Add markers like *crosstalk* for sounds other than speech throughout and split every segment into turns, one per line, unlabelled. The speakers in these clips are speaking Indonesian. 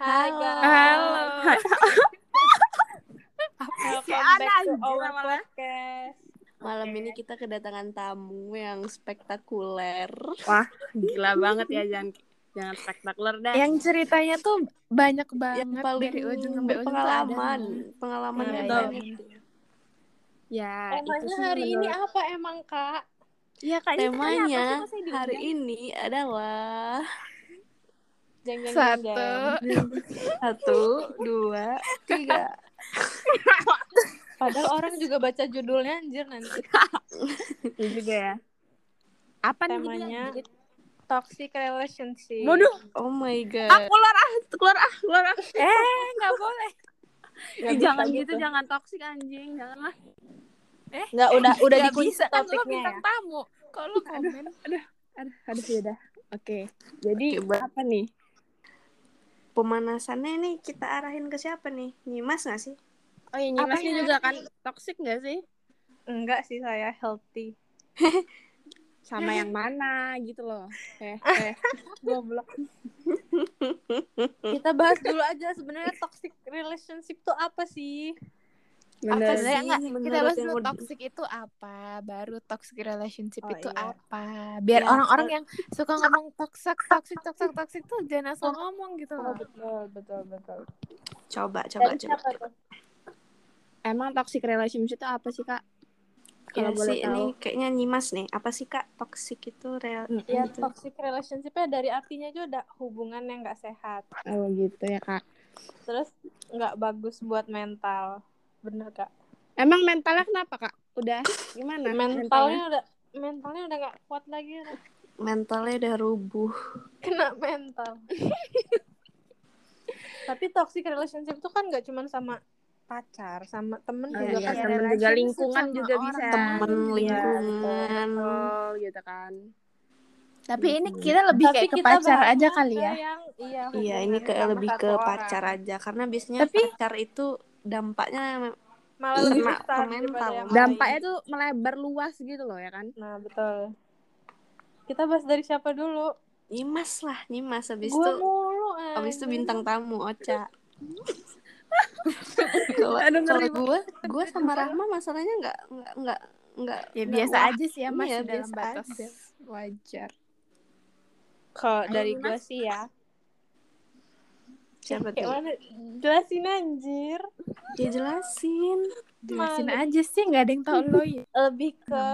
*laughs*
ini kita kedatangan tamu yang spektakuler.
Wah, gila banget ya jangan jangan spektakuler dah.
Yang ceritanya tuh banyak banget
yang paling
dari ujung sampai ujung tuh
pengalaman,
ada.
pengalaman
Iya,
yang
iya.
banyak.
Ya, itu
Temanya
sih
hari ini
menurut-
apa emang kak? Iya kak, ini
Temanya
apa sih, Kak? Saya
hari
diundang.
ini adalah
Jeng, jeng, jeng,
satu
jeng.
satu, dua, tiga.
Padahal orang juga baca judulnya anjir nanti.
Iya juga ya. Apa nih
Temanya
judulnya?
gitu. toxic relationship.
Waduh,
Oh my
ah,
god.
keluar ah, keluar ah, keluar ah.
Eh, nggak boleh.
Ih, jangan gitu, jangan toksik anjing, janganlah.
Nggak udah udah
Nggak
dikunci
bisa kan lo
topiknya
bintang
ya.
tamu. Kok lo komen? Aduh, aduh, yaudah. Oke. Jadi
Oke, Mbak.
apa nih?
Pemanasannya nih kita arahin ke siapa nih? Nyimas gak sih?
Oh, ini
Apanya?
masih juga kan toksik gak sih?
Enggak sih saya healthy.
Sama yang mana gitu loh. Eh, eh. Goblok.
Hmm. Kita bahas dulu aja sebenarnya toxic relationship tuh apa sih?
Bener.
Apa
Apa
sih?
sih?
Sebenarnya enggak,
kita
menurut yang
bahas dulu
udah-
toxic itu apa baru toxic relationship
Oh,
itu
iya.
apa biar
Ya,
orang-orang yang suka ngomong toxic toxic toxic toxic tuh
Oh.
jangan asal ngomong gitu loh
betul betul betul.
Coba,
Dari
coba, coba.
siapa tuh?
Emang toxic relationship itu apa sih, Kak?
Iya
Kalau boleh
sih,
tahu.
ini kayaknya nyimas nih. Apa sih kak toxic itu real?
Ya,
Gitu.
toxic relationship-nya dari artinya juga ada hubungan yang nggak sehat.
Oh, gitu ya, Kak.
Terus nggak bagus buat mental. Bener kak?
Emang mentalnya kenapa, Kak? Udah gimana?
Nah, Mentalnya udah mentalnya udah nggak kuat lagi. udah
Mentalnya udah rubuh.
*laughs* Kena mental. *laughs* Tapi toxic relationship tuh kan nggak cuman sama pacar, sama temen
Iya,
juga
iya,
kan ada
temen juga,
relationship
lingkungan
sama
juga
orang.
bisa.
Temen,
Iya,
lingkungan.
Iya,
Oh, gitu kan.
tapi ini kita lebih
Tapi
kayak ke
kita
pacar
bahasnya
aja kali
ke
ya
yang- iya,
Iya, ini
hubungan
ke
sama
lebih
satu
ke
orang.
pacar aja karena biasanya
Tapi-
pacar itu dampaknya
Malah lebih
Kena
besar daripada
ke mental.
yang lain.
Dampaknya tuh melebar luas gitu loh
*laughs*
ya kan.
Nah, betul. Kita bahas dari siapa dulu?
nyimas lah, nyimas. Habis
Gua
itu,
mulu.
habis itu
anjing.
bintang tamu, Oca. Kalau
Aduh,
kalau
ngeri
gue, gue sama Rahma masalahnya nggak nggak nggak nggak
ya
nggak
biasa
wah.
aja sih ya masih
Iya,
dalam
biasa
batas
aja.
wajar
Kalau dari
Mas.
gua sih ya.
Siapa
Kayak
tuh?
mana? Jelasin anjir.
Ya jelasin.
jelasin
Malu.
aja sih nggak ada yang tahu *laughs* lo ya
Lebih ke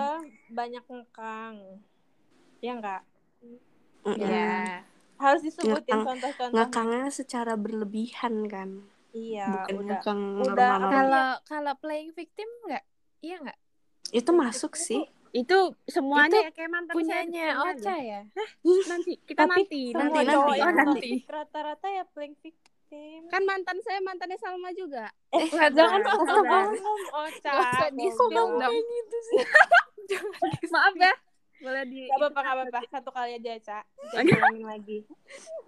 banyak ngekang. Ya enggak?
Mm-mm.
Iya.
Ya.
Harus disebutin
Ngekang-
contoh-contoh.
Ngekangnya secara berlebihan kan,
Ya,
Iya,
bukan
udah.
ngekang
Udah,
normal.
kalau kalau playing victim nggak iya nggak
Itu masuk sih.
Itu semuanya
Itu
ya kayak mantan saya,
punyanya Ocha
punya
ya
deh. Nanti kita
Tapi
nanti
semua
kan
nanti, nanti.
cowok yang
Oh, nanti.
toxic Rata-rata ya playing victim.
Kan mantan saya mantannya Salma juga.
Eh,
Kan
nggak jangan
Nah,
Ocha.
sabar.
Ngomong, Oca.
Nggak usah gitu di spill
Ngomong.
dong.
*laughs* Maaf ya. Boleh di
Gak apa-apa, gak apa-apa. Satu kali aja, Ca. Jangan ulangin lagi.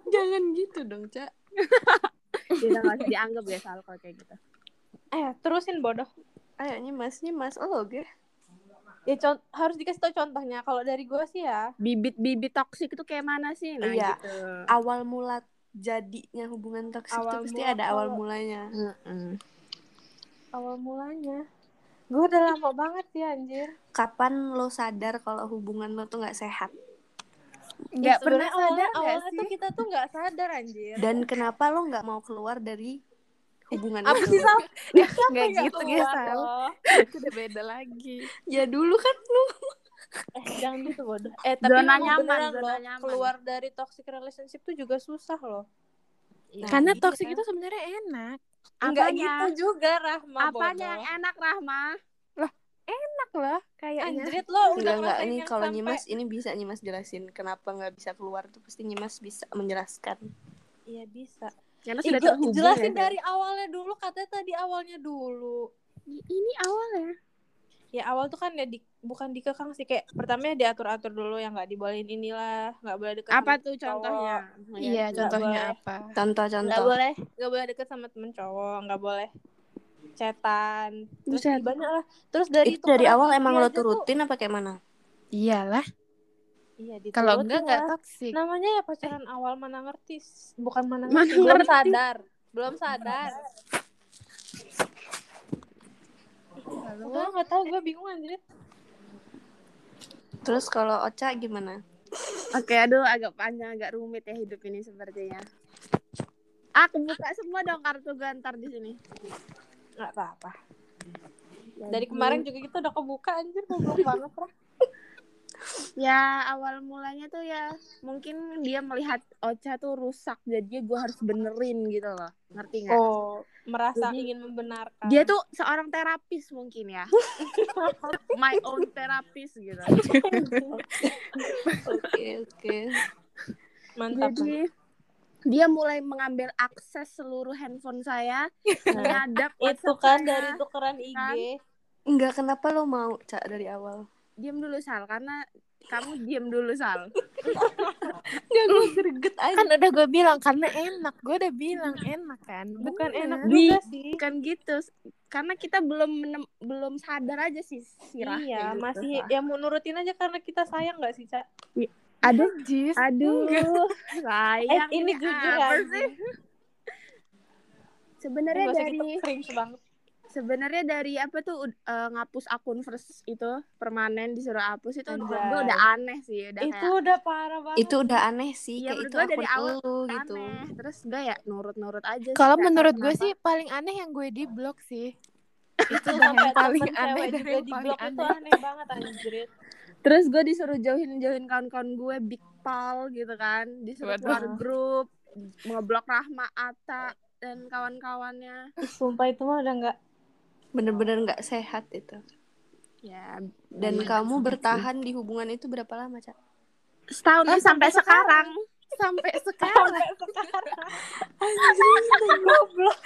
Jangan gitu dong, Cak.
Tidak usah dianggap ya Sal kalau kayak gitu.
Eh, terusin bodoh.
Ayo nyimas, nyimas. Oh, oke.
Ya, con- harus dikasih tau contohnya. Kalau dari gue sih ya,
Bibit-bibit toksik itu kayak mana sih? Nah,
Iya.
gitu.
awal mula jadinya hubungan toksik itu
Awal
pasti
mula
ada awal
tuh-
mulanya.
awal mulanya. Gue udah lama banget sih, anjir.
Kapan lo sadar kalau hubungan lo tuh nggak sehat?
Ya,
nggak
sebenarnya
pernah sadar
awalnya,
nggak
awalnya
sih
tuh kita tuh gak sadar, anjir.
Dan kenapa lo nggak mau keluar dari hubungan
Apa
itu?
sih, Sal?
nggak
Nggak
gitu ya
keluar,
Sal
loh.
itu udah beda lagi
Ya dulu kan lo.
Eh, jangan gitu, bodoh. Eh, tapi
Zona
emang
nyaman,
beneran,
zona
loh,
nyaman.
Keluar dari toxic relationship tuh juga susah, loh.
Karena
Nah,
toxic
iya.
itu sebenarnya enak.
gitu kan. Enggak
Apanya?
gitu juga, Rahma,
Apanya yang
bodoh. Ya,
enak Rahma?
Enak loh
Iya.
kayaknya.
Anjrit lo udah
Enggak, enggak.
ngerasain
Ini
yang
kalau
sampai-
Nyimas ini bisa Nyimas jelasin kenapa nggak bisa keluar tuh pasti Nyimas bisa menjelaskan.
Iya bisa.
Karena
Ih,
sudah
jel-
terhubung.
jelasin
ya.
dari awalnya dulu katanya tadi awalnya dulu.
ini awalnya.
Ya awal tuh kan ya di, bukan dikekang sih kayak pertamanya diatur-atur dulu yang nggak dibolehin inilah, nggak boleh deket
Apa
sama
tuh
cowok,
contohnya? ya,
Iya,
Nggak
contohnya
boleh.
apa?
Ah.
Nggak
Contoh-contoh.
boleh, nggak boleh deket sama temen cowok, nggak boleh cetan. Terus
Buset.
banyak lah. Terus dari
Itu dari
tukeran
awal
kopi
emang lo
aja tuh-
turutin apa kayak mana?
Iyalah,
Iya,
kalau
diturutin
enggak enggak
lah.
toxic.
Namanya ya pacaran awal mana ngerti, s- bukan mana
Mana
ngerti, belum
ngerti.
sadar, belum sadar. Gue nggak tahu, gue bingung anjir.
Terus kalau Oca gimana?
Oke, aduh agak panjang, agak rumit ya hidup ini sepertinya. Aku buka semua dong kartu gantar di sini.
Nggak apa-apa. Dari kemarin juga kita udah kebuka anjir goblok banget
*laughs*
lah.
Ya awal mulanya tuh ya mungkin dia melihat Ocha tuh rusak, jadi gue harus benerin gitu loh, ngerti nggak?
Oh, merasa
Jadi-
ingin membenarkan.
Dia tuh seorang terapis mungkin
*laughs*
ya, my own terapis gitu.
Oke, oke.
mantap.
Jadi dia mulai mengambil akses seluruh handphone saya,
Nah,
nyadap
itu
WhatsApp
kan
saya.
dari tukeran IG.
Enggak kenapa lo mau Ca dari awal?
Diam dulu Sal, karena kamu diam dulu Sal.
Enggak gue greget aja.
kan udah gue bilang karena enak gue udah bilang enak kan
Bukan enak
Bener.
juga sih.
Bukan gitu, karena kita belum menem- belum sadar aja sih sirah.
iya,
kayak gitu,
masih
Sal.
ya mau nurutin aja karena kita sayang nggak sih, Ca?
Aduh,
Jis.
aduh, sayang.
Eh, ini jujur
apa
aja.
sih? Sebenarnya
Nggak usah
dari
kita cringe banget.
sebenarnya dari apa tuh ud- eh, ngapus akun first itu permanen disuruh hapus itu menurut gue
Anjay.
udah aneh sih, udah
Itu
kayak
udah parah banget.
Itu udah aneh sih,
Iya,
kayak
menurut
itu
gua dari awal
akun lu
aneh.
gitu.
Terus gue ya nurut-nurut aja. sih,
kalau
nggak tahu
menurut gue
kenapa.
sih paling aneh yang gue di blok sih
itu
udah
sampai
yang paling
temen
aneh
cewek
dari
juga
yang
di
paling
blog itu
aneh.
aneh banget anjir.
Terus gue disuruh jauhin-jauhin kawan-kawan gue Big Paul gitu kan Disuruh
Waduh.
keluar grup Ngeblok Rahma Atta Dan kawan-kawannya
Sumpah itu mah udah nggak
Bener-bener nggak sehat itu.
Ya
Dan
Iya.
kamu bertahan di hubungan itu berapa lama, Ca?
Setahun
Oh,
nih, Eh, sampai
sampai
sekarang *laughs* Oh,
sampai sekarang
goblok.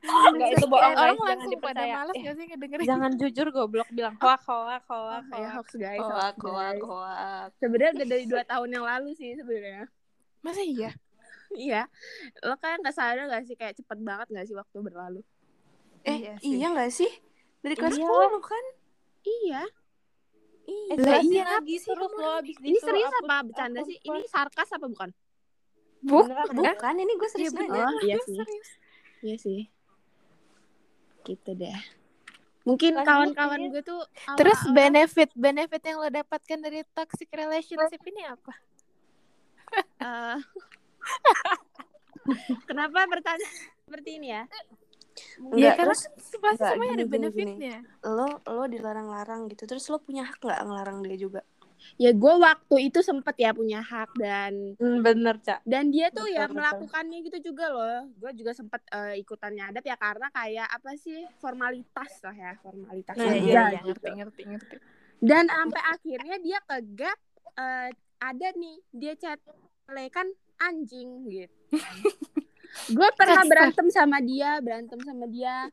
Enggak itu bohong
orang
guys, jangan
langsung pada
dipercaya.
malas
Eh,
gak sih ngedengerin
jangan jujur goblok bilang hoak hoak
Iya,
hoak
Ya
hoak.
hoax guys
Koak,
hoax,
koak,
guys.
koak.
Sebenarnya udah dari 2 tahun yang lalu sih sebenarnya
masa iya
Iya Lo kayak gak sadar gak sih Kayak cepet banget gak sih waktu berlalu
Eh,
Iya sih.
iya nggak sih? Dari kelas
Iya.
10 kan?
Iya
Iya.
Eh,
Lah,
jelasin
iya,
lagi
apa sih
terus
kamu
lo abis
Ini
disuruh
serius
hapus
apa bercanda
akun
sih
kelas.
Ini sarkas apa bukan
Buk.
Beneran, bukan.
Bukan, ini gue serius
Iya,
nanya.
bener.
Oh iya sih
serius
Iya sih. Gitu deh. Mungkin
Lanjut,
kawan-kawan
Din.
gue tuh awal-
Terus benefit benefit yang lo dapatkan dari toxic relationship ini apa?
eh, *laughs* Kenapa bertanya seperti ini ya?
Iya,
Iya karena
terus-
kan se- pasti
enggak,
semuanya ada
gini, gini, gini.
benefitnya.
Lo lo dilarang-larang gitu. Terus lo punya hak nggak ngelarang dia juga?
Ya gue waktu itu sempet ya punya hak dan
Hmm, Bener, Cak.
dan dia tuh
Betul,
ya
betul.
melakukannya gitu juga loh. Gue juga sempet eh, ikutan nyadap ya karena kayak apa sih formalitas lah ya formalitas.
Nah,
aja
iya,
gitu.
ngerti ngerti ngerti.
Dan sampai akhirnya dia ke gap eh, ada nih dia chat kan anjing gitu. gue pernah
Kasar.
berantem sama dia, berantem sama dia.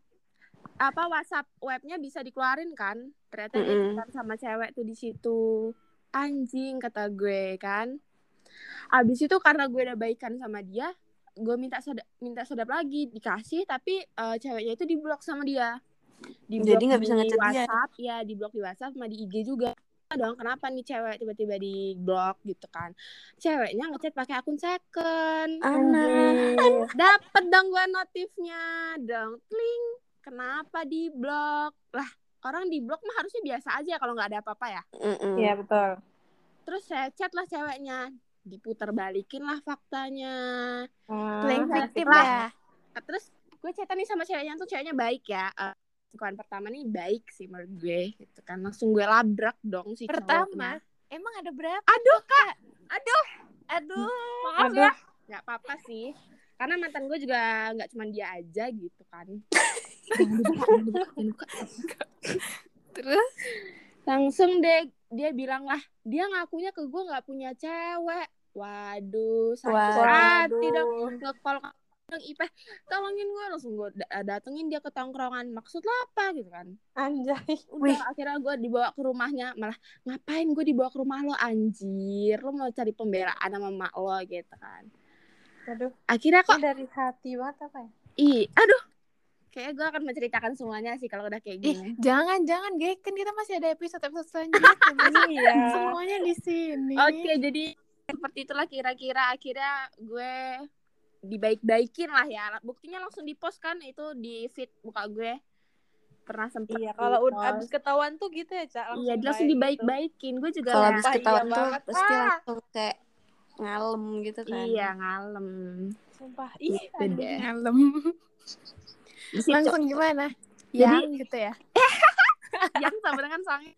Apa WhatsApp webnya bisa dikeluarin kan? Ternyata dia
Mm-mm.
chatan sama cewek tuh di situ. Anjing kata gue kan. Abis itu karena gue udah baikan sama dia, gue minta sedap, minta sedap lagi dikasih tapi eh, ceweknya itu diblok sama dia. Diblok
Jadi nggak bisa
di
ngechat dia.
WhatsApp, ya diblok di WhatsApp sama di IG juga. Dong, kenapa nih cewek tiba-tiba di blok gitu kan? Ceweknya ngechat pakai akun second.
Ah.
Iya,
Anak.
Dapet dong gue notifnya dong. Tling. Kenapa di blok? Lah, orang di blok mah harusnya biasa aja kalau nggak ada apa-apa ya.
Mm-mm.
Iya, betul.
Terus saya chat lah ceweknya. Diputar balikin lah faktanya.
Ah, iya.
Playing
Nah,
victim
lah.
ya.
Nah, terus gue chatan nih sama ceweknya tuh ceweknya baik ya Eh, kawan pertama nih baik sih menurut gue gitu kan langsung gue labrak dong si
Pertama,
cowoknya.
emang ada berapa?
aduh kak
Aduh,
maaf
Aduh.
ya nggak apa-apa sih karena mantan gue juga nggak cuma dia aja gitu kan Jangan dibuka, jangan dibuka, jangan dibuka.
terus
langsung deh dia bilang lah dia ngakunya ke gue nggak punya cewek waduh sakit
Waduh.
hati dong ngekol dong Ipeh E. tolongin gue langsung gue da- datengin dia ke tongkrongan maksud lo apa gitu kan
Anjay.
Udah,
Wih.
akhirnya gue dibawa ke rumahnya malah ngapain gue dibawa ke rumah lo anjir lo mau cari pembelaan sama mak lo gitu kan
Aduh,
akhirnya
ini
kok
dari hati banget apa ya?
i aduh kayaknya gue akan menceritakan semuanya sih kalau udah kayak
ih
gini
jangan jangan gay kan kita masih ada episode episode
*laughs*
selanjutnya.
Iya.
Semuanya di sini.
oke jadi seperti itulah kira-kira akhirnya gue dibaik-baikin lah ya buktinya langsung di post kan itu di feed buka gue pernah sempat
Iya, kalau
gitu.
udah abis ketahuan tuh gitu ya, Cak.
iya dia langsung dibaik-baikin gue juga
Kalau
lah.
habis
Wah, iya
ketahuan tuh
banget.
pasti
Ah.
langsung kayak ngalem gitu kan.
iya ngalem
gitu. Sumpah.
Iya,
Ih,
Gitu deh.
Ngalem.
Disitu.
kan? Langsung gimana?
Jadi-
Yang gitu ya.
*laughs* yang sama dengan sange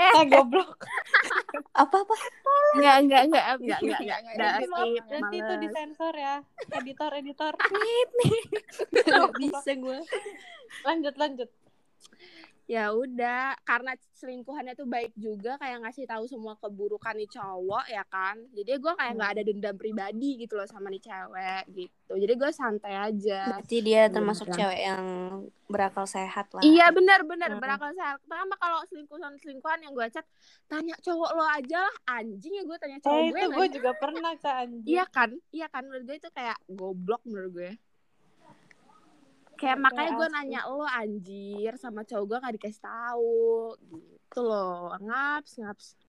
eh goblok.
Apa-apa? *laughs*
Enggak, enggak,
*laughs*
enggak.
enggak enggak enggak enggak
Nanti,
skip,
maaf, nanti itu
males.
disensor ya. Editor,
*laughs*
editor. *laughs*
Gak bisa gue.
Lanjut, lanjut.
ya udah karena selingkuhannya tuh baik juga kayak ngasih tahu semua keburukan nih cowok ya kan jadi gue kayak nggak ada dendam pribadi gitu loh sama nih cewek gitu jadi gue santai aja
Berarti dia termasuk
Beneran.
cewek yang berakal sehat lah.
iya benar-benar
Mm.
berakal sehat pertama kalau selingkuhan selingkuhan yang gue chat tanya cowok lo aja lah anjing ya gue tanya cowok
Eh, itu
gue nggak
gue
ada-
juga pernah, Cak, anjing.
iya kan iya kan menurut gue itu kayak goblok menurut gue kayak
Oke,
makanya gue
asli.
nanya lo anjir sama cowok gue gak dikasih tahu gitu loh ngaps ngaps